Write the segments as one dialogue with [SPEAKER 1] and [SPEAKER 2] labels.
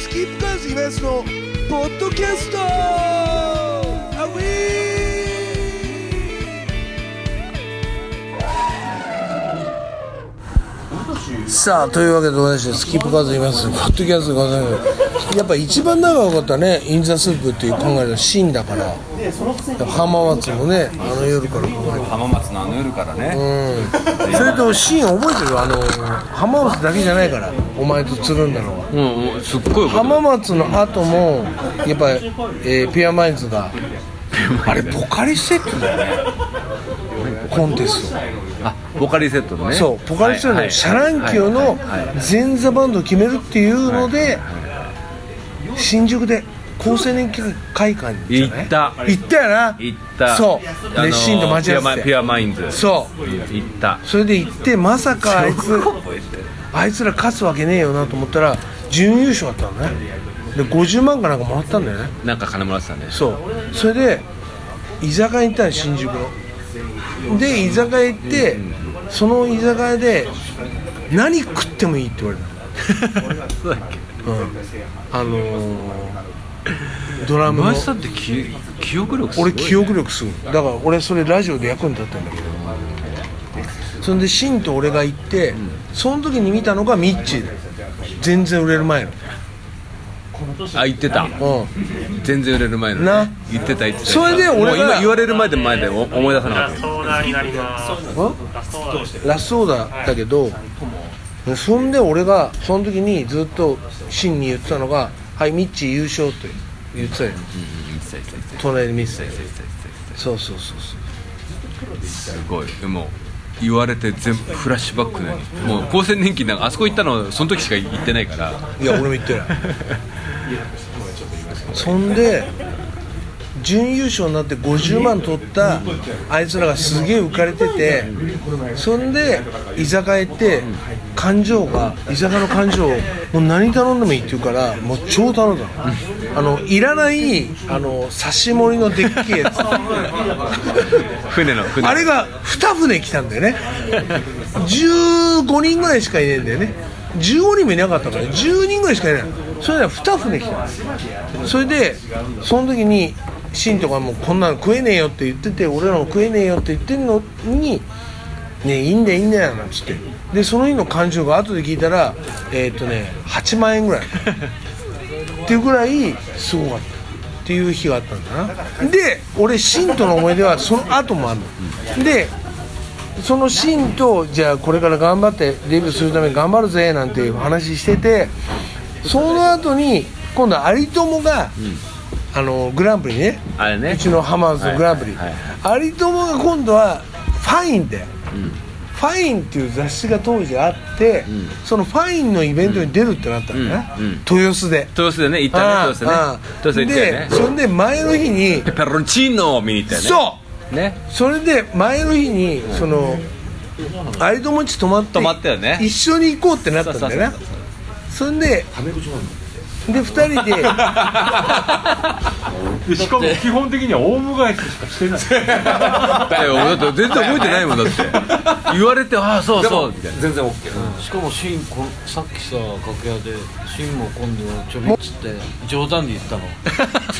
[SPEAKER 1] スキップカーズイベントのポッドキャストアウィーさあというわけでございましてスキップカーズイベントのポッドキャストでございますやっぱ一番長かったね「インザスープ」っていう考えのシーンだから浜松もねあの夜からここに
[SPEAKER 2] 浜松のあの夜からね、
[SPEAKER 1] それとシーン覚えてるあの浜松だけじゃないからお前とつるんだのは
[SPEAKER 2] うん、すっごい覚えて
[SPEAKER 1] 浜松の後もやっぱり、えーピュアマインズが
[SPEAKER 2] る
[SPEAKER 1] あれポカリセットだよねコンテスト
[SPEAKER 2] あボカリセットのね
[SPEAKER 1] そうポカリセット
[SPEAKER 2] はいは
[SPEAKER 1] の
[SPEAKER 2] い
[SPEAKER 1] シャランキュー
[SPEAKER 2] はい
[SPEAKER 1] の
[SPEAKER 2] はいはい
[SPEAKER 1] 前座バンドを決めるっていうので新宿で厚生年金会館にじゃない
[SPEAKER 2] 行った
[SPEAKER 1] 行ったよな
[SPEAKER 2] 行った
[SPEAKER 1] そう
[SPEAKER 2] あの
[SPEAKER 1] 熱心と待ち合わせて
[SPEAKER 2] ピュアマインズ
[SPEAKER 1] そう
[SPEAKER 2] 行った
[SPEAKER 1] それで行ってまさかあいつ
[SPEAKER 2] 覚えてる
[SPEAKER 1] あいつら勝つわけねえよなと思ったら準優勝だったのねで50万かなんかもらったんだよね
[SPEAKER 2] なんか金もらってたね
[SPEAKER 1] そうそれで居酒屋に行ったの新宿ので居酒屋行ってその居酒屋で何食ってもいいって言われ
[SPEAKER 2] そうだっけ
[SPEAKER 1] たの、うん、あのー、ドラムの
[SPEAKER 2] マスターってき記憶力すごい
[SPEAKER 1] 俺記憶力すごいだから俺それラジオで役に立ったんだけどそんでシンと俺が行ってその時に見たのがミッチーだよ全然売れる前の
[SPEAKER 2] あ言ってた
[SPEAKER 1] うん
[SPEAKER 2] 全然売れる前のね
[SPEAKER 1] な
[SPEAKER 2] 言ってた言ってた
[SPEAKER 1] それで俺が
[SPEAKER 2] もう今言われる前で前でお思い出さなか
[SPEAKER 3] ラ
[SPEAKER 2] っ
[SPEAKER 3] ス
[SPEAKER 2] た
[SPEAKER 3] トオーダーになります。
[SPEAKER 1] ん
[SPEAKER 3] ラストオーダー
[SPEAKER 1] ラストオーダーだけど、そんで俺がその時にずっとシンに言ってたのが「はいミッチー優勝」って言ってたよ
[SPEAKER 2] うん言ってた言ってた言ってた
[SPEAKER 1] 隣で見てたよ
[SPEAKER 2] 言ってた言ってた言ってた
[SPEAKER 1] そうそうそうそう
[SPEAKER 2] すごいでも言われて全部フラッシュバックねもう高専年金なんかあそこ行ったのその時しか行ってないから
[SPEAKER 1] いや俺も言ってないそんで準優勝になって50万取ったあいつらがすげえ浮かれててそんで居酒屋行って感情が居酒屋の感情をもう何頼んでもいいって言うからもう超頼んだのあのいらないあの刺し盛りのでっけえやつ
[SPEAKER 2] 船の船
[SPEAKER 1] あれが2船来たんだよね15人ぐらいしかいねえんだよね15人もいなかったから10人ぐらいしかいないそれで2船来たのそれでその時にシンとかもうこんなの食えねえよって言ってて俺らも食えねえよって言ってんのにねえいいんだよいいんだよなんつってでその日の感情が後で聞いたらえーっ、とね8万円ぐらいっていうぐらいすごかったっていう日があったんだなで俺シンとの思い出はその後もあるのでそのシンとじゃあこれから頑張ってデビューするために頑張るぜなんていう話しててその後に今度有友が、あのグランプリね
[SPEAKER 2] あれね
[SPEAKER 1] うちの浜松のグランプリ、
[SPEAKER 2] はいはい
[SPEAKER 1] 有友が今度はファインだよ、ファインっていう雑誌が当時あって、そのファインのイベントに出るってなったんだね、
[SPEAKER 2] うんうん
[SPEAKER 1] 豊洲で
[SPEAKER 2] 豊洲でね行ったね豊洲ね
[SPEAKER 1] ああ
[SPEAKER 2] 豊洲行ったよね
[SPEAKER 1] でそれで前の日に
[SPEAKER 2] ペペロンチーノを見に行ったよね
[SPEAKER 1] そう
[SPEAKER 2] ね
[SPEAKER 1] うそれで前の日にその有友地泊まって
[SPEAKER 2] 泊まったよね
[SPEAKER 1] 一緒に行こうってなったんだよね
[SPEAKER 2] そう
[SPEAKER 1] それでで2人で
[SPEAKER 4] でしかも基本的にはオウム返ししかしてない
[SPEAKER 2] だよだって全然覚えてないも んだって言われてああそうそうみたいな全然 OK
[SPEAKER 5] しかもシーンこさっきさ楽屋でシーンも今度はちょびっつって冗談で言っ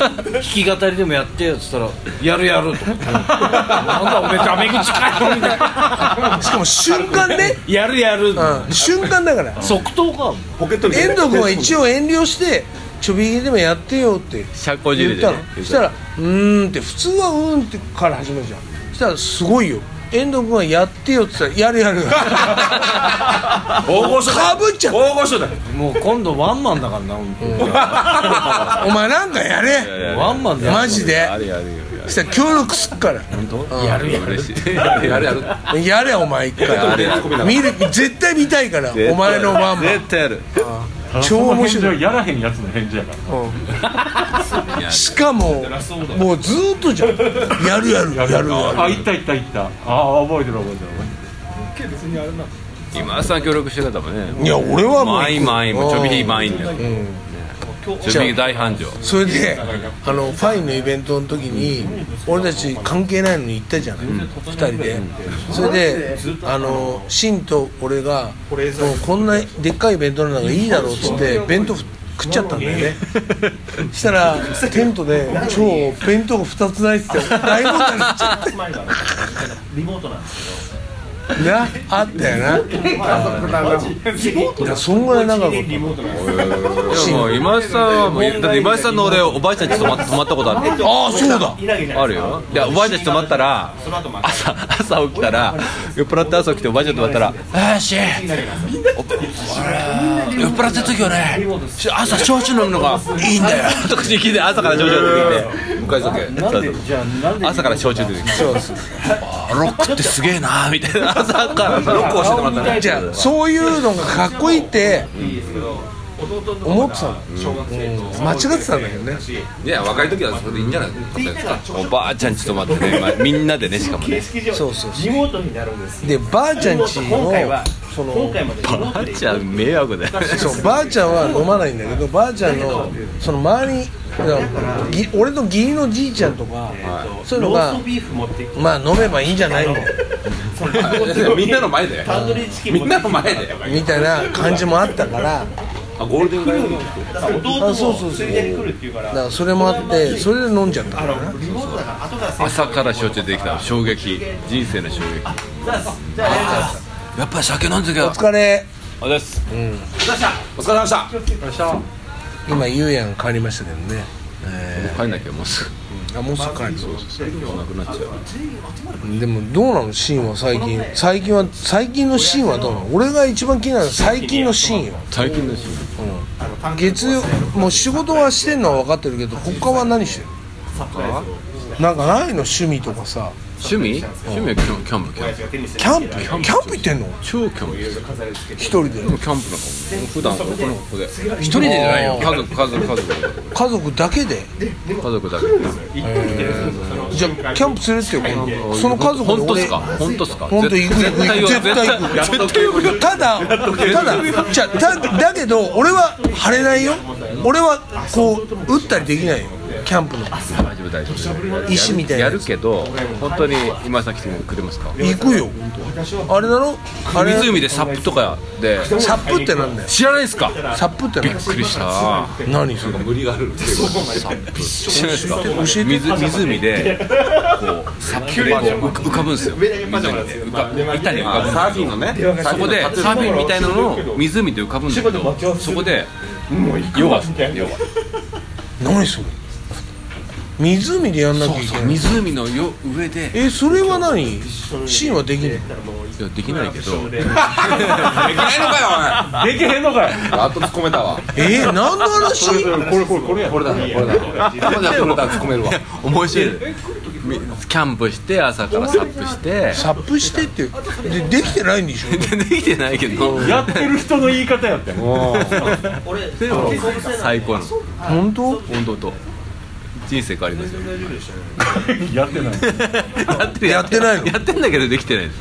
[SPEAKER 5] たの 弾き語りでもやってよっつったらやるやると思ってなんだおめえダメ口かよみた いな
[SPEAKER 1] しかも瞬間ね、
[SPEAKER 5] やるやる、
[SPEAKER 1] うん、瞬間だから
[SPEAKER 5] 即答か
[SPEAKER 1] 遠藤君は一応遠慮してちょびひげでもやってよって
[SPEAKER 2] 社交辞
[SPEAKER 1] 言
[SPEAKER 2] 令
[SPEAKER 1] っ
[SPEAKER 2] で
[SPEAKER 1] た
[SPEAKER 2] ね
[SPEAKER 1] のそしたら「うーん」って普通は「うーん」ってから始まるじゃんそしたら「すごいよ遠藤君はやってよ」って言ったら「やるやる」
[SPEAKER 5] 大御
[SPEAKER 1] かぶっちゃっ
[SPEAKER 5] 大御所だもう今度ワンマンだからな本当に
[SPEAKER 1] たお前なんかやれ
[SPEAKER 5] ワンマンで
[SPEAKER 1] マジで
[SPEAKER 2] あれやるよ
[SPEAKER 1] そしたら協力すっから
[SPEAKER 2] やるよ嬉しいやるやる
[SPEAKER 1] やれお前一
[SPEAKER 2] やる
[SPEAKER 1] 回
[SPEAKER 2] やる
[SPEAKER 1] 見る絶対見たいからお前のワンマン
[SPEAKER 2] 絶対やる
[SPEAKER 1] 超面
[SPEAKER 4] そ
[SPEAKER 1] 白い
[SPEAKER 4] の返事はやらへんやつの返事やから
[SPEAKER 1] しかももうずーっとじゃんやるやるやるや
[SPEAKER 4] あ行った行った行ったああ覚えてる覚えてる
[SPEAKER 2] 今さん協力してたもんね
[SPEAKER 1] るいや俺はもう
[SPEAKER 2] 満員満員もうちょびひげ満員だよねちょびひげ大繁盛
[SPEAKER 1] それであのファインのイベントの時に俺たち関係ないのに行ったじゃない、2人でそれであのシンと俺がもうこんなでっかい弁当なんかいいだろうっつって弁当食食っちゃったんだよねしたらテントで「超弁当が2つない」っつって大問題になっちゃってリモートなんですけどなあったよなやそんぐらい長か
[SPEAKER 2] いやもう今井さんはもうだって今井さんの俺おばあちゃんち泊ま泊まったことある
[SPEAKER 1] ああそうだ
[SPEAKER 2] あるよでおばあちゃんち泊まったら朝朝起きたら酔っ払って朝起きておばあちゃんと泊まったら「あーしお俺酔っ払った時はねし朝焼酎飲むのがいいんだよ」とか言って朝から焼酎出てきて向かい酒そうそう
[SPEAKER 5] じゃあなんで
[SPEAKER 2] 朝から焼酎出てきてあーロックってすげえなーみたいな朝からロックをしてもらったね
[SPEAKER 1] じゃあそういうのがかっこいいって思ってたの、うん間違ってたんだけどね
[SPEAKER 2] いや若い時はそれでいいんじゃないですかおばあちゃんち泊まってね、まあ、みんなでねしかもね
[SPEAKER 1] そうそうそ
[SPEAKER 3] リモートになるんです。
[SPEAKER 1] でばあちゃんち
[SPEAKER 3] 今回は
[SPEAKER 1] のその
[SPEAKER 3] 今回までリモ
[SPEAKER 2] ば
[SPEAKER 3] ート
[SPEAKER 2] あ
[SPEAKER 3] で
[SPEAKER 2] ちゃん迷惑だよ
[SPEAKER 1] そうばあちゃんは飲まないんだけどばあちゃんのその周りにだからぎ俺の義理のじいちゃんとか、そういうの
[SPEAKER 3] ロー
[SPEAKER 1] が
[SPEAKER 3] ストビーフ持ってきて、
[SPEAKER 1] まあ飲めばいいんじゃないの
[SPEAKER 2] みんなの前で
[SPEAKER 3] タンドリーチキン
[SPEAKER 2] み
[SPEAKER 3] 持
[SPEAKER 2] ん
[SPEAKER 3] って
[SPEAKER 2] な
[SPEAKER 3] きて
[SPEAKER 2] の前で
[SPEAKER 1] みたいな感じもあったから
[SPEAKER 2] あゴールデン街の
[SPEAKER 3] だから弟
[SPEAKER 1] あそうそうそ
[SPEAKER 3] も
[SPEAKER 1] う
[SPEAKER 3] ついでに来るっていうから
[SPEAKER 1] だからそれもあってそれで飲んじゃったからな
[SPEAKER 3] リモートだから後からせ
[SPEAKER 2] 朝から焼酎できた衝撃人生の衝撃
[SPEAKER 3] じゃあやりま
[SPEAKER 2] やっぱり酒飲んでき
[SPEAKER 1] お疲れ
[SPEAKER 2] あれです
[SPEAKER 3] すどうした
[SPEAKER 2] お疲れ様でした
[SPEAKER 1] 今ゆうやん帰りましたけどね
[SPEAKER 2] 帰んなきゃもうす
[SPEAKER 1] あもうすぐ帰るそう
[SPEAKER 2] ぐなくなっちゃう
[SPEAKER 1] でもどうなのシーンは最近最近は最近のシーンはどうなの俺が一番気になるのは最近のシーンよ
[SPEAKER 2] 最近だし
[SPEAKER 1] 月曜もう仕事はしてんのは分かってるけど他は何してるのなんかないの趣味とかさ
[SPEAKER 2] 趣味趣味はキャンキャンプキャンプ
[SPEAKER 1] キャンプキャンプ行ってんの
[SPEAKER 2] 超キャンプですで
[SPEAKER 1] 一人で
[SPEAKER 2] もキャンプなんかもう普段ここのここで一人でじゃないよ家族家族家族
[SPEAKER 1] 家族だけで
[SPEAKER 2] 家族だけ
[SPEAKER 1] じゃあキャンプ連れてよ今度その家族で
[SPEAKER 2] 本当っ
[SPEAKER 1] 俺
[SPEAKER 2] すか本当っすか
[SPEAKER 1] 本当行く行く行く絶対行く
[SPEAKER 2] 絶対行く
[SPEAKER 1] ただただじゃあただけど俺は腫れないよ俺はこう打ったりできないよキャンプの
[SPEAKER 2] 大丈夫大丈夫
[SPEAKER 1] 石みたいな
[SPEAKER 2] や
[SPEAKER 1] やつ
[SPEAKER 2] るけど本当に今井さん来てくれますか
[SPEAKER 1] 行くよあれだろあれ
[SPEAKER 2] 湖でサップとかで
[SPEAKER 1] サップってなんだよ
[SPEAKER 2] 知らないですか
[SPEAKER 1] サップって
[SPEAKER 2] び
[SPEAKER 1] なん
[SPEAKER 2] っ
[SPEAKER 1] だよ
[SPEAKER 2] くりした
[SPEAKER 1] 何それ
[SPEAKER 2] 無理があるって知らないですか
[SPEAKER 1] 教えて
[SPEAKER 2] 水湖でこうサップでこう浮浮かぶんですよ水にね浮か板に浮かぶサーフィンのねそこでサーフィンみたいなのを湖で浮かぶんだけどそこでヨガっすねヨガ
[SPEAKER 1] 何それ湖でやんなきゃいけない
[SPEAKER 2] 湖のよ上で
[SPEAKER 1] えそれは何シーンはできない
[SPEAKER 2] いやできないけどできないのかよ
[SPEAKER 4] できへんのかい
[SPEAKER 2] お前あと突っ込めたわ
[SPEAKER 1] え何の話
[SPEAKER 4] これこれこれや
[SPEAKER 2] これだこれだこれだこれだ突っ込めるわ面白いみキャンプして朝からサップして
[SPEAKER 1] サップしてってでできてないんでしょ
[SPEAKER 2] でできてないけど
[SPEAKER 4] やってる人の言い方やって
[SPEAKER 2] でも最高なの
[SPEAKER 1] 本当
[SPEAKER 2] 本当と人生変わりますよ
[SPEAKER 4] やってない
[SPEAKER 2] やってる
[SPEAKER 1] やってないの
[SPEAKER 2] やってんだけどできてないです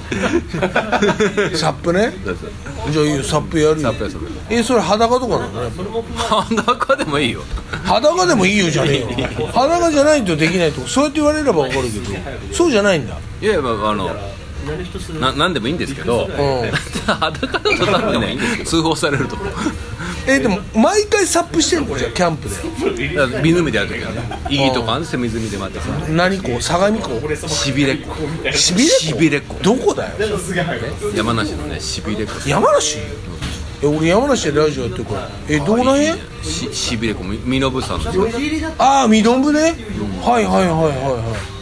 [SPEAKER 1] サップね
[SPEAKER 2] そうそう
[SPEAKER 1] じゃあいいよサップやる
[SPEAKER 2] サ
[SPEAKER 1] よ
[SPEAKER 2] ップやサッ
[SPEAKER 1] えそれ裸とかなの
[SPEAKER 2] プ裸でもいいよ
[SPEAKER 1] 裸でもいいよじゃねえよ裸じゃないとできないとかそうやって言われれば分かるけどそうじゃないんだ
[SPEAKER 2] いやまああのな何でもいいんですけど裸だと多分ね通報されると思う
[SPEAKER 1] えでも毎回サップしてるのじゃあキャンプで
[SPEAKER 2] だから湖でやるときはねいいとこあるんですよ湖でまたさ
[SPEAKER 1] 何こう相模湖
[SPEAKER 2] しびれっこ
[SPEAKER 1] しびれ
[SPEAKER 2] しびれっこ
[SPEAKER 1] どこだよ
[SPEAKER 2] 山梨のねしびれっこ
[SPEAKER 1] 山梨え俺山梨でラジオやってるからえどこら辺
[SPEAKER 2] ししびれっこみ身延山の
[SPEAKER 1] ああ身延ねはいはいはいはいはい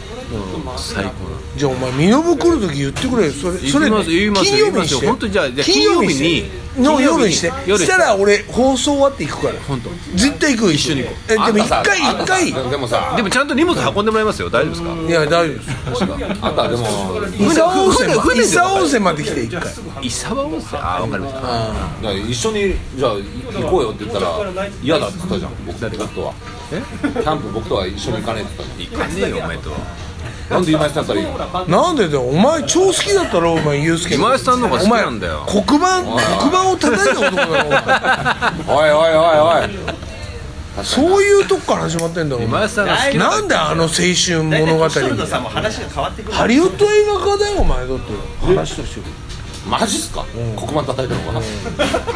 [SPEAKER 2] 最高
[SPEAKER 1] じゃあお前身延来る時言ってくれよそれそれ
[SPEAKER 2] 言います言います
[SPEAKER 1] 金曜日にし
[SPEAKER 2] 言います
[SPEAKER 1] て
[SPEAKER 2] よ本当にじゃあじゃあ
[SPEAKER 1] 金曜日にして
[SPEAKER 2] 金曜
[SPEAKER 1] の
[SPEAKER 2] 日に
[SPEAKER 1] 夜にして
[SPEAKER 2] 金曜日
[SPEAKER 1] し
[SPEAKER 2] に夜にして
[SPEAKER 1] たら俺放送終わって行くから
[SPEAKER 2] 本当
[SPEAKER 1] 絶対行くよ一緒に行えでも一回一回い
[SPEAKER 6] でもさ、
[SPEAKER 2] でもちゃんと荷物運んでもらいますよ大丈夫ですか
[SPEAKER 1] や大丈夫です
[SPEAKER 6] あんたでも、
[SPEAKER 1] 伊佐温泉ま
[SPEAKER 2] 船
[SPEAKER 1] で
[SPEAKER 2] で
[SPEAKER 1] 伊佐温泉まで来て一回
[SPEAKER 2] 伊沢温泉ああ分かりました
[SPEAKER 6] いや一緒にじゃあ行こうよって言ったら嫌だって言ったじゃん。僕僕とは。え？キャンプ僕とは一緒に行かねえって言った
[SPEAKER 2] 行かねえよお前と
[SPEAKER 6] じゃん。なんで今井さんだったらいいの？
[SPEAKER 1] なんでだよお前超好きだったろお前ユースケ
[SPEAKER 2] 今井さんの方が好きなんだよ
[SPEAKER 1] お前黒板黒板を叩いた男だろお 前
[SPEAKER 6] おいおいおいおい。
[SPEAKER 1] そういうとこから始まってんだろお前
[SPEAKER 2] 今井さんが好き
[SPEAKER 1] なんだあの青春
[SPEAKER 3] 大
[SPEAKER 1] 物
[SPEAKER 3] 体
[SPEAKER 1] 語
[SPEAKER 3] 年取ると
[SPEAKER 1] みた
[SPEAKER 3] さ
[SPEAKER 1] い
[SPEAKER 3] も
[SPEAKER 1] な
[SPEAKER 3] う話が変わってくる
[SPEAKER 1] ハリウッド映画化だよお前だって話としては
[SPEAKER 6] マジっすか？黒板叩いたのかな。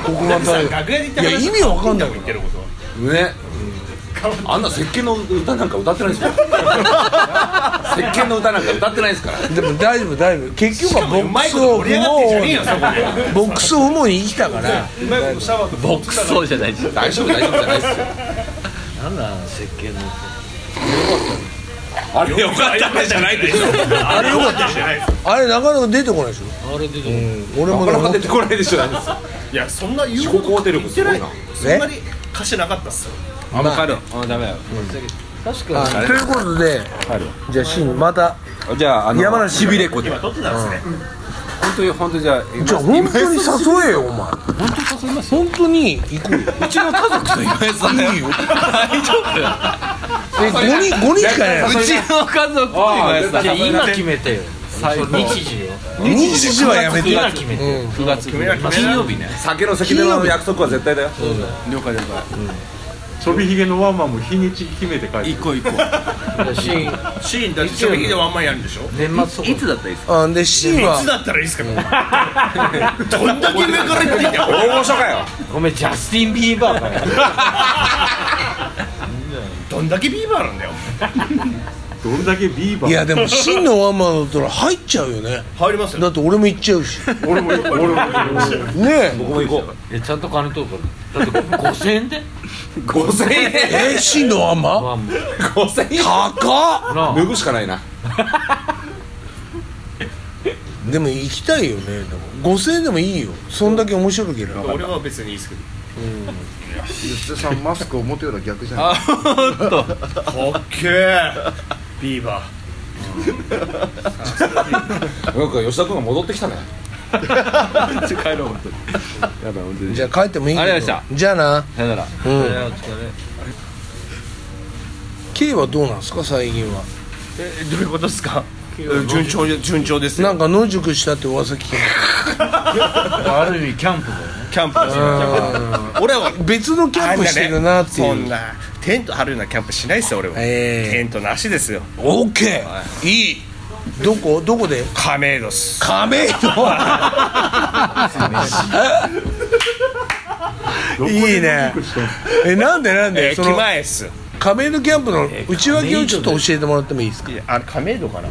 [SPEAKER 1] 黒板叩いた
[SPEAKER 3] 楽屋で行った
[SPEAKER 1] いや
[SPEAKER 3] 話
[SPEAKER 1] 意味わかんないけど
[SPEAKER 3] 言ってること
[SPEAKER 6] ねあんな石鹸の歌なんか歌ってないです から石鹸の歌なんか歌ってないですから
[SPEAKER 1] でも大丈夫大丈夫結局はボ
[SPEAKER 3] うま
[SPEAKER 1] ック
[SPEAKER 3] い
[SPEAKER 1] ス
[SPEAKER 3] こと
[SPEAKER 1] を
[SPEAKER 3] 盛
[SPEAKER 1] 不
[SPEAKER 3] り上がってんじゃねえよ
[SPEAKER 1] 毛ボックスを不毛に生きたから
[SPEAKER 3] うまいことシャワーと
[SPEAKER 2] ボックスそうじゃないです
[SPEAKER 6] 大丈夫大丈夫じゃないですよ
[SPEAKER 5] なんだあの石鹸の
[SPEAKER 6] あれよかったねじゃないでしょ
[SPEAKER 1] あれよかったでしょあれなかなか出てこないでしょ
[SPEAKER 5] あれ出て る
[SPEAKER 1] 俺も
[SPEAKER 6] なかなか
[SPEAKER 1] ね
[SPEAKER 6] 出てこないでしょ
[SPEAKER 3] いやそんな言
[SPEAKER 6] 自
[SPEAKER 3] う
[SPEAKER 6] 己
[SPEAKER 3] こと
[SPEAKER 6] 肯定力すごいな
[SPEAKER 3] そんなに歌詞なかったっすよ
[SPEAKER 2] あもう帰ろう
[SPEAKER 5] あダメよ確
[SPEAKER 1] あ
[SPEAKER 5] か
[SPEAKER 1] ということでじゃあシンまた
[SPEAKER 2] じゃああの
[SPEAKER 1] 山梨
[SPEAKER 2] しびれ子で
[SPEAKER 3] 今撮ってたんですね
[SPEAKER 2] 本当に本当にじゃあ
[SPEAKER 1] じゃあ本当に誘えよお前本当に誘います本当に行こうよ
[SPEAKER 2] うちの家族と今井さんいいよ大丈夫
[SPEAKER 1] え5人五人しかいないの
[SPEAKER 2] うちの家族と今井さん
[SPEAKER 5] じゃあ今決めてよ
[SPEAKER 2] 最高
[SPEAKER 5] 日時よ
[SPEAKER 1] 日時はやめて
[SPEAKER 5] 今決めてよ
[SPEAKER 2] 9月9月
[SPEAKER 5] 金曜日ね
[SPEAKER 6] 酒の席での約束は絶対だよ
[SPEAKER 2] 了解了解
[SPEAKER 4] ちょびひげのワンマンも日にち決めて帰って
[SPEAKER 2] 行こう行こ
[SPEAKER 5] シーン
[SPEAKER 3] シーンだって衝撃でワンマンやるんでしょ
[SPEAKER 5] 年末
[SPEAKER 2] ういつだったらいいですか
[SPEAKER 1] あでシン
[SPEAKER 3] い
[SPEAKER 1] は
[SPEAKER 3] つだったらいいですかもうどんだけ上から言ってんだよ
[SPEAKER 6] 大御所かよ
[SPEAKER 5] ごめんジャスティン・ビーバーかよ
[SPEAKER 3] どんだけビーバーなんだよ
[SPEAKER 4] どれだけビーバ
[SPEAKER 1] い
[SPEAKER 4] ー
[SPEAKER 1] やでもシンのワンマンだったら入っちゃうよね
[SPEAKER 3] 入ります
[SPEAKER 1] だって俺も行っちゃうし
[SPEAKER 4] 俺も俺も俺も
[SPEAKER 1] ね
[SPEAKER 6] 僕も行こ
[SPEAKER 5] えちゃんと金取るからだって5000円で
[SPEAKER 6] う5000
[SPEAKER 1] え
[SPEAKER 6] 円
[SPEAKER 1] えシンのワンマン
[SPEAKER 5] ワンマン
[SPEAKER 6] 5000円
[SPEAKER 1] 高っ
[SPEAKER 5] なあ
[SPEAKER 6] 脱ぐしかないな
[SPEAKER 1] でも行きたいよねでも5000円でもいいよそんだけ面白ければ
[SPEAKER 3] 俺は別にいいですけど
[SPEAKER 7] 吉田さんマスクを持てよりは逆じゃない
[SPEAKER 3] かっけービーバー
[SPEAKER 6] なんか吉田君が戻ってきたね
[SPEAKER 2] 帰ろう本当にやばい本当に
[SPEAKER 1] じゃあ帰ってもいい
[SPEAKER 2] ありが
[SPEAKER 1] け
[SPEAKER 2] とうござい
[SPEAKER 1] ど
[SPEAKER 2] ま
[SPEAKER 1] じゃあな
[SPEAKER 2] さよなら
[SPEAKER 1] うん
[SPEAKER 5] お疲れ
[SPEAKER 1] K はどうなんですか最近は
[SPEAKER 3] えどういうことですか順調順調です
[SPEAKER 1] なんか野宿したって噂聞い
[SPEAKER 5] ある意味キャンプだよ
[SPEAKER 2] キャンプですよ
[SPEAKER 1] た
[SPEAKER 3] 俺は
[SPEAKER 1] 別のキャンプしてるなって
[SPEAKER 3] そ
[SPEAKER 1] い
[SPEAKER 3] ん
[SPEAKER 1] う
[SPEAKER 3] なテント張るようなキャンプしないですよ俺は
[SPEAKER 1] ええ
[SPEAKER 3] テントなしですよ
[SPEAKER 1] OK いいどこどこで
[SPEAKER 3] 亀戸っす
[SPEAKER 1] 亀戸いいねえなんでなんで
[SPEAKER 3] 駅
[SPEAKER 1] その
[SPEAKER 3] 前っす
[SPEAKER 1] 亀戸キャンプの内訳をちょっと教えてもらってもいいですか
[SPEAKER 3] いやあれ亀戸かな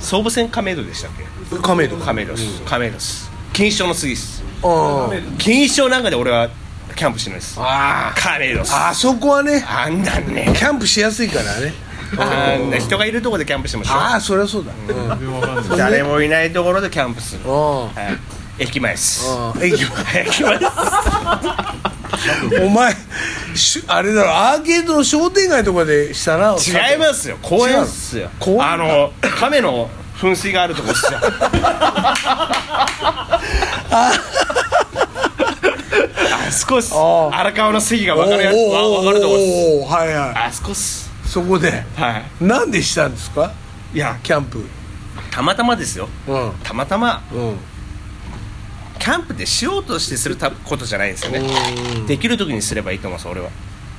[SPEAKER 3] 総武線亀戸でしたっけ
[SPEAKER 1] 亀戸
[SPEAKER 3] 亀戸っす亀戸っす錦糸町の次っす
[SPEAKER 1] あ
[SPEAKER 3] 錦糸町なんかで俺はキャンプしてないです
[SPEAKER 1] あ
[SPEAKER 3] 亀戸っす
[SPEAKER 1] あそこはね
[SPEAKER 3] あんなんね
[SPEAKER 1] キャンプしやすいからね
[SPEAKER 3] あんな人がいるとこでキャンプしてまし
[SPEAKER 1] あ
[SPEAKER 3] た
[SPEAKER 1] あそりゃそうだうんあ
[SPEAKER 3] 誰もいないところでキャンプする
[SPEAKER 1] あ
[SPEAKER 3] はい駅前っす
[SPEAKER 1] ああ駅前
[SPEAKER 3] 駅前っす
[SPEAKER 1] お前しあれだろアーケードの商店街とかでしたな
[SPEAKER 3] 違いますよ公園っすよ
[SPEAKER 1] 公園
[SPEAKER 3] あの亀の噴水があるとこっすよあそこっす
[SPEAKER 1] あー
[SPEAKER 3] 荒川の席が
[SPEAKER 1] お
[SPEAKER 3] 分かるやつ
[SPEAKER 1] ー
[SPEAKER 3] わ
[SPEAKER 1] おー
[SPEAKER 3] 分かるとこっす
[SPEAKER 1] おーはいは
[SPEAKER 3] あそこっす
[SPEAKER 1] いそこで
[SPEAKER 3] はい
[SPEAKER 1] なんでしたんですか
[SPEAKER 3] いや
[SPEAKER 1] キャンプ
[SPEAKER 3] たまたまですよ
[SPEAKER 1] うん
[SPEAKER 3] たまたま
[SPEAKER 1] うん
[SPEAKER 3] キャンプでしようとしてするたことじゃないですよねできる時にすればいいと思うんです俺は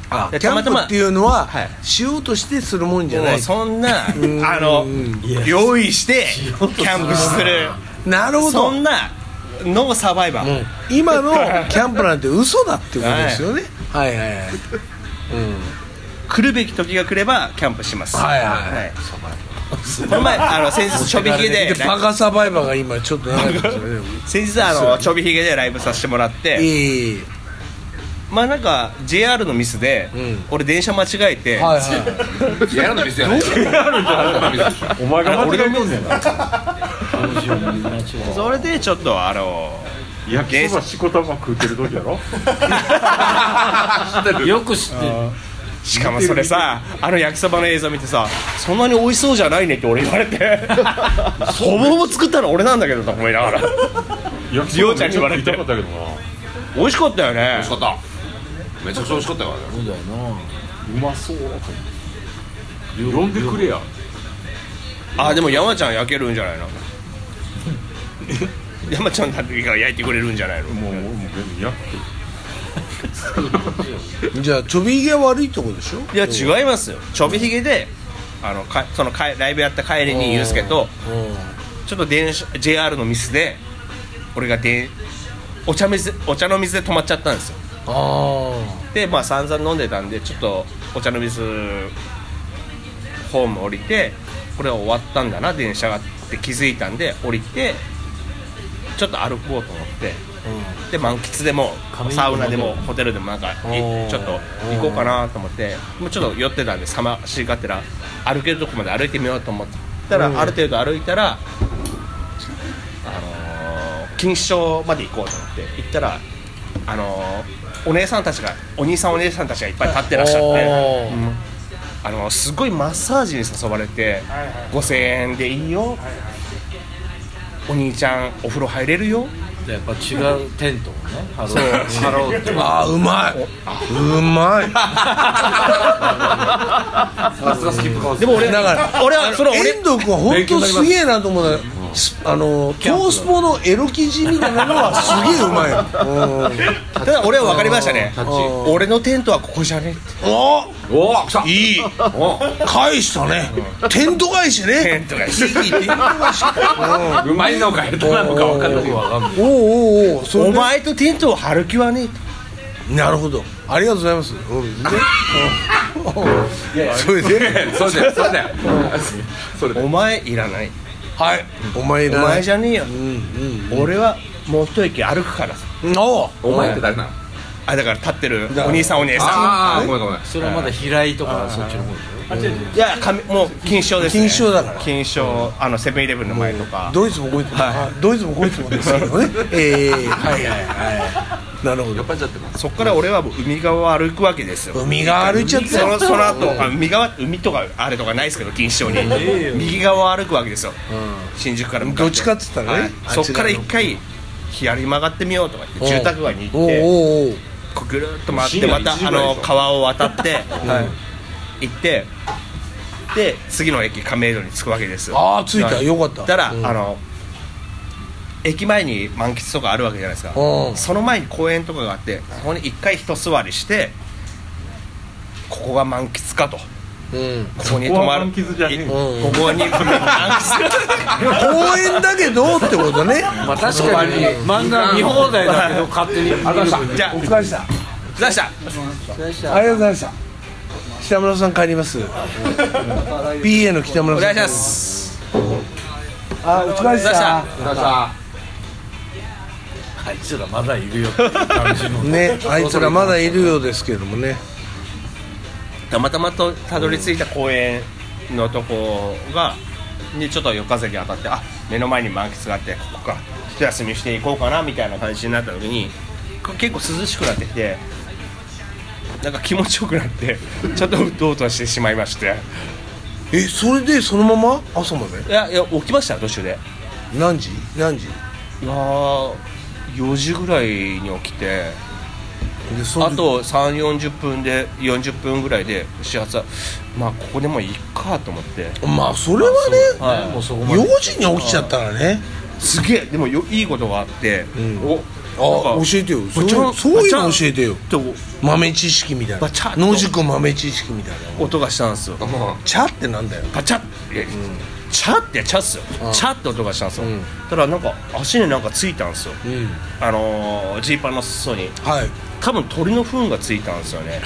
[SPEAKER 1] あ
[SPEAKER 3] で
[SPEAKER 1] キャン
[SPEAKER 3] た
[SPEAKER 1] プ
[SPEAKER 3] またま
[SPEAKER 1] っていうのは
[SPEAKER 3] はい
[SPEAKER 1] しようとしてするもんじゃな
[SPEAKER 3] もう
[SPEAKER 1] い
[SPEAKER 3] そんな
[SPEAKER 1] うん
[SPEAKER 3] あの用意してキャンプする
[SPEAKER 1] なるほ
[SPEAKER 3] そ
[SPEAKER 1] ど
[SPEAKER 3] んなノーサバイバー、
[SPEAKER 1] うん今のキャンプなんて嘘だってことですよねはいはいはい
[SPEAKER 3] 来るべき時が来ればキャンプします
[SPEAKER 1] はいはい
[SPEAKER 3] いこの前あ の先日ちょびひげで
[SPEAKER 1] でバカサバイバーが今ちょっと長いですよね
[SPEAKER 3] 先日あのちょびひげでライブさせてもらって
[SPEAKER 1] いい
[SPEAKER 3] まあなんか JR のミスで、
[SPEAKER 1] ん
[SPEAKER 3] 俺電車間違えて、
[SPEAKER 1] はいはい
[SPEAKER 6] や嫌な店やね嫌な店
[SPEAKER 4] お前が間違えてんねんな
[SPEAKER 3] それでちょっとあの
[SPEAKER 4] 焼きそばしこたま食うてる時やろ
[SPEAKER 5] よく知ってる
[SPEAKER 3] しかもそれさあの焼きそばの映像見てさそんなに美味しそうじゃないねって俺言われて ほぼほぼ作ったの俺なんだけどと思いながら
[SPEAKER 4] 焼き
[SPEAKER 3] ジオちゃんに言われて
[SPEAKER 4] そば食いたかった
[SPEAKER 3] 美味しかったよね
[SPEAKER 6] 美味しかっためちゃくちゃ美味しかったよあれ
[SPEAKER 4] けどなうまそうだと思う呼んでくれや
[SPEAKER 3] あでも山ちゃん焼けるんじゃないの 山ちゃんだけが焼いてくれるんじゃないの
[SPEAKER 4] もう俺もう全部や
[SPEAKER 1] じゃあちょびひげは悪いとこでしょ
[SPEAKER 3] いや違いますよちょびひげであのかそのかライブやった帰りにユうスケとちょっと電車 JR のミスで俺がでお茶水お茶の水で止まっちゃったんですよ
[SPEAKER 1] ああ
[SPEAKER 3] でまあ散々飲んでたんでちょっとお茶の水ホーム降りてこれは終わったんだな電車がって気づいたんで降りてちょっと歩こうと思って、で満喫でもサウナでもホテルでもなんかいちょっと行こうかなと思ってもうちょっと寄ってたんでさましがってら歩けるとこまで歩いてみようと思ったら、ある程度歩いたらあのー、錦糸町まで行こうと思って行ったら、あのー、お姉さんたちがお兄さんお姉さんたちがいっぱい立ってらっしゃって、うんあのー、すごいマッサージに誘われて、5,000円でいいよ、お兄ちゃんお風呂入れるよ
[SPEAKER 5] やっぱ違うテントをねハローハローって
[SPEAKER 1] あーうまいうまい
[SPEAKER 6] さすがスキップカウン
[SPEAKER 3] でも俺
[SPEAKER 1] だから
[SPEAKER 3] 俺はその俺
[SPEAKER 1] 遠藤君は本当すげえなと思うすあのトースポのエロ生地みたいなのはすげえうまいようん
[SPEAKER 3] ただ俺は分かりましたね俺のテントはここじゃねって
[SPEAKER 1] お
[SPEAKER 6] おー来た
[SPEAKER 1] いい返したねテント返しね
[SPEAKER 3] テント返し
[SPEAKER 1] いいテント返し
[SPEAKER 6] うまいのか下手なのか分かんないわ
[SPEAKER 1] うんおうおうおうそれ
[SPEAKER 3] お
[SPEAKER 1] で
[SPEAKER 3] 前とテントを張る気はねえと
[SPEAKER 1] なるほどありがとうございますうんねうんそれで
[SPEAKER 6] そうだよそうだよそれで
[SPEAKER 3] お前いらない
[SPEAKER 1] はいお前い
[SPEAKER 3] お
[SPEAKER 1] らな
[SPEAKER 3] 前
[SPEAKER 1] い
[SPEAKER 3] じゃねえよ
[SPEAKER 1] うんうん
[SPEAKER 3] 俺はもう一駅歩くから
[SPEAKER 1] おう
[SPEAKER 6] お前って誰なの
[SPEAKER 3] あだから立ってるお兄さんお姉さ
[SPEAKER 6] ああごめんごめん
[SPEAKER 5] それはまだ平井とかそっちの方で
[SPEAKER 3] んいやかみもう金賞ですね
[SPEAKER 1] 錦糸町だから
[SPEAKER 3] 金賞あのセブンイレブンの前とか
[SPEAKER 1] ドイツもこいつも、はい、ドイツもこいつもですけどねええはいはいはいなるほ
[SPEAKER 6] や
[SPEAKER 1] ど
[SPEAKER 6] っぱりちゃってます
[SPEAKER 3] そこから俺はもう海側を歩くわけですよ
[SPEAKER 1] 海が歩いちゃっ
[SPEAKER 3] そ
[SPEAKER 1] た
[SPEAKER 3] の
[SPEAKER 1] よ
[SPEAKER 3] その後あ海側海とかあれとかないですけど錦糸町に右側を歩くわけですよ、新宿から向か
[SPEAKER 1] どっちかっつったらね
[SPEAKER 3] はい
[SPEAKER 1] あっちだ
[SPEAKER 3] そ
[SPEAKER 1] よ
[SPEAKER 3] っから一回左曲がってみようとか言って
[SPEAKER 1] うん
[SPEAKER 3] 住宅街に行
[SPEAKER 1] お
[SPEAKER 3] っ
[SPEAKER 1] う
[SPEAKER 3] て
[SPEAKER 1] おうおう
[SPEAKER 3] こうぐるっと回っ
[SPEAKER 6] 深
[SPEAKER 3] て
[SPEAKER 6] 夜
[SPEAKER 3] ま
[SPEAKER 6] 1
[SPEAKER 3] た
[SPEAKER 6] 時
[SPEAKER 3] あ
[SPEAKER 6] ぐらいで
[SPEAKER 3] の
[SPEAKER 6] しょ
[SPEAKER 3] 川を渡って行ってで次の駅亀戸に着くわけですよ
[SPEAKER 1] ああ着いた
[SPEAKER 3] はい
[SPEAKER 1] よかった
[SPEAKER 3] たら、
[SPEAKER 1] うん
[SPEAKER 3] あの駅前に満喫とかあるわけじゃないですか
[SPEAKER 1] うん
[SPEAKER 3] その前に公園とかがあってそこに一回一座りしてここが満喫かと
[SPEAKER 1] うん
[SPEAKER 3] ここに泊まる
[SPEAKER 4] 満喫じゃねえ
[SPEAKER 3] い
[SPEAKER 4] よ
[SPEAKER 3] ここ に満喫
[SPEAKER 1] 公園だけどってことね
[SPEAKER 5] まあ確かに漫画見放題だけど勝手に
[SPEAKER 3] じゃあお疲れしたお疲れした
[SPEAKER 1] ありがとうございました北村さん帰ります PA の北村
[SPEAKER 3] お
[SPEAKER 1] さん
[SPEAKER 3] 願いします
[SPEAKER 1] あお疲れ
[SPEAKER 3] お疲れした
[SPEAKER 5] あいつらまだいるよっていう感じの
[SPEAKER 1] ねあいつらまだいるようですけどもね
[SPEAKER 3] たまたまとたどり着いた公園のとこがにちょっと夜風に当たってあ目の前に満喫があってここか一休みしていこうかなみたいな感じになった時にこ結構涼しくなってきてなんか気持ちよくなってちょっとうとうとしてしまいまして
[SPEAKER 1] えそれでそのまま朝まで
[SPEAKER 3] いやいや起きました途中で
[SPEAKER 1] 何時何時
[SPEAKER 3] いやー4時ぐらいに起きて
[SPEAKER 1] でそ
[SPEAKER 3] あ
[SPEAKER 1] の
[SPEAKER 3] と3 4 0分で40分ぐらいで始発はまあここでもういいかと思って
[SPEAKER 1] まあそれはね
[SPEAKER 5] はいもうそこま
[SPEAKER 1] 4
[SPEAKER 5] で
[SPEAKER 1] 時に起きちゃったらね
[SPEAKER 3] すげえでもよいいことがあって、
[SPEAKER 1] ん
[SPEAKER 3] お
[SPEAKER 1] あ
[SPEAKER 3] なんか
[SPEAKER 1] 教えてよそうい
[SPEAKER 3] バチャ
[SPEAKER 1] う
[SPEAKER 3] ン
[SPEAKER 1] そういうの
[SPEAKER 3] バチ
[SPEAKER 1] 教
[SPEAKER 3] ャ
[SPEAKER 1] え
[SPEAKER 3] ン
[SPEAKER 1] てよ
[SPEAKER 3] と
[SPEAKER 1] 豆知識みたいな
[SPEAKER 3] バチャッと
[SPEAKER 1] 野宿豆知識みたい
[SPEAKER 3] 音がしたんですよ
[SPEAKER 1] なチャってなんだよ
[SPEAKER 3] パチャッいやチャってチャっすよ
[SPEAKER 1] ん
[SPEAKER 3] チャって音がしたんですよ、
[SPEAKER 1] うん
[SPEAKER 3] ただなんか足になんかついたんですよ
[SPEAKER 1] うん
[SPEAKER 3] あのージー、パンの裾に
[SPEAKER 1] はい
[SPEAKER 3] 多分鳥の糞がついたんですよね、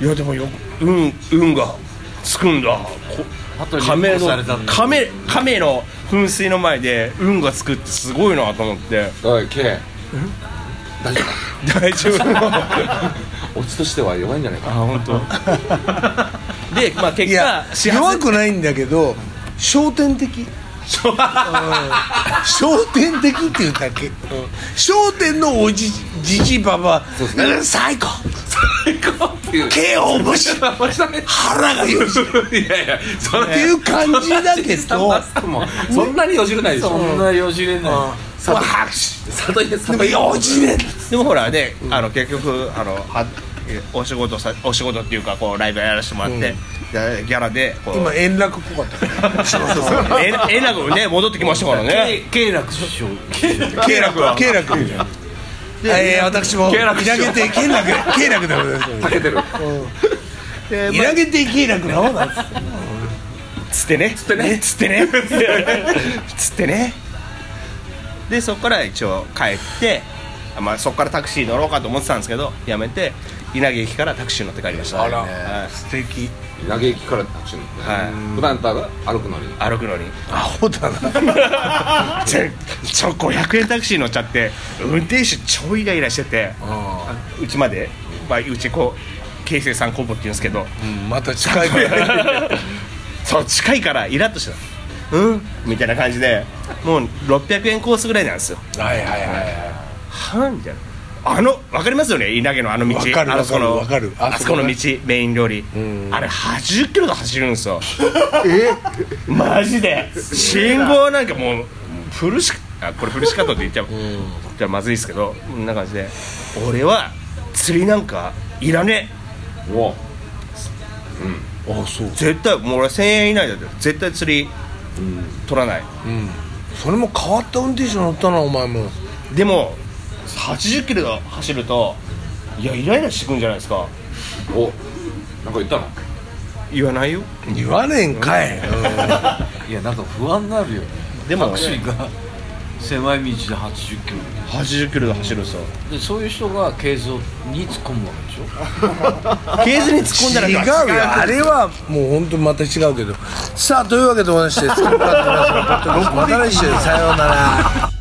[SPEAKER 3] いやでもよ運運がつくんだこ
[SPEAKER 5] 後に
[SPEAKER 3] 亀
[SPEAKER 5] 引っ越
[SPEAKER 3] の
[SPEAKER 5] されたんだ
[SPEAKER 3] 亀亀の噴水の前で運がつくってすごいなと思って
[SPEAKER 6] おい K
[SPEAKER 3] 大丈夫
[SPEAKER 6] オチとしては弱いんじゃないか
[SPEAKER 3] あ本当。 でまあ
[SPEAKER 1] い
[SPEAKER 3] 結
[SPEAKER 1] や
[SPEAKER 3] 果
[SPEAKER 1] 弱くないんだけど焦点的焦点的っていうだけ、焦点のおじじじばばうん最高
[SPEAKER 6] っていう
[SPEAKER 1] 毛を面白い腹がよじっ
[SPEAKER 6] いやいやそ
[SPEAKER 1] ていう感じだけど
[SPEAKER 6] マスターもそんなによじれないでし
[SPEAKER 5] そ
[SPEAKER 6] ょ
[SPEAKER 5] んなよじれない
[SPEAKER 1] まあ拍手
[SPEAKER 6] 里井さ
[SPEAKER 1] で
[SPEAKER 6] ん
[SPEAKER 1] もよじれない
[SPEAKER 3] でもほらね、あの結局あのはえお仕事さお仕事っていうかこうライブやらせてもらって、でギャラでこう
[SPEAKER 1] 今円楽っぽかったそうそうそう
[SPEAKER 3] ええなくね戻ってきましたからね
[SPEAKER 5] 慶楽師匠
[SPEAKER 1] 慶楽は慶楽えー私も稲毛亭慶楽慶楽でございま
[SPEAKER 6] かけてる
[SPEAKER 1] す稲毛亭慶楽のなんです
[SPEAKER 3] つってねつってねつって ねつってねでそこから一応帰ってまあ、そこからタクシー乗ろうかと思ってたんですけどやめて稲毛駅からタクシー乗って帰りました、
[SPEAKER 6] ら
[SPEAKER 3] はい
[SPEAKER 1] 素敵
[SPEAKER 6] 投げ駅からタクシー乗って
[SPEAKER 3] はい
[SPEAKER 6] 普段だったら歩くのに
[SPEAKER 3] 歩くのに
[SPEAKER 1] アホだな
[SPEAKER 3] ちょちょ500円タクシー乗っちゃって運転手超イライラしててうちまで、まあ、うちこう京成三高部って言うんですけど
[SPEAKER 1] うんまた近いから
[SPEAKER 3] そう近いからイラッとしたうんみたいな感じでもう600円コースぐらいなんですよ
[SPEAKER 1] はいはいはい
[SPEAKER 3] はあみたいなあの分かりますよね稲毛のあの道
[SPEAKER 1] わかる
[SPEAKER 3] あそこの
[SPEAKER 1] わかるわかる
[SPEAKER 3] あそこの
[SPEAKER 1] あ
[SPEAKER 3] 道メイン料理あれ80キロで走るん ですよえマジで信号なんかもう古しあこれ古しかとって言っちゃうじゃまずいですけどこんな感じで俺は釣りなんかいらねえ
[SPEAKER 6] も
[SPEAKER 1] あそう
[SPEAKER 3] 絶対もう俺1000円以内だって絶対釣り取らない
[SPEAKER 1] それも変わった運転手乗ったなお前も
[SPEAKER 3] でも80キロで走るといやイライラしてくんじゃないですか
[SPEAKER 6] うおなんか言ったの
[SPEAKER 3] 言わないよ
[SPEAKER 1] 言わねえんかい
[SPEAKER 5] いやなんか不安になるよね
[SPEAKER 3] でも
[SPEAKER 5] タクシーが狭い道で80キロ
[SPEAKER 3] 80キロで走るんですよ
[SPEAKER 5] でそういう人が軽乗に突っ込むわけでしょ
[SPEAKER 3] ケースに突っ込んだら
[SPEAKER 1] 違うよあれはもう本当にまた違うけどさあというわけでございまして作ったってますまた来週さようなら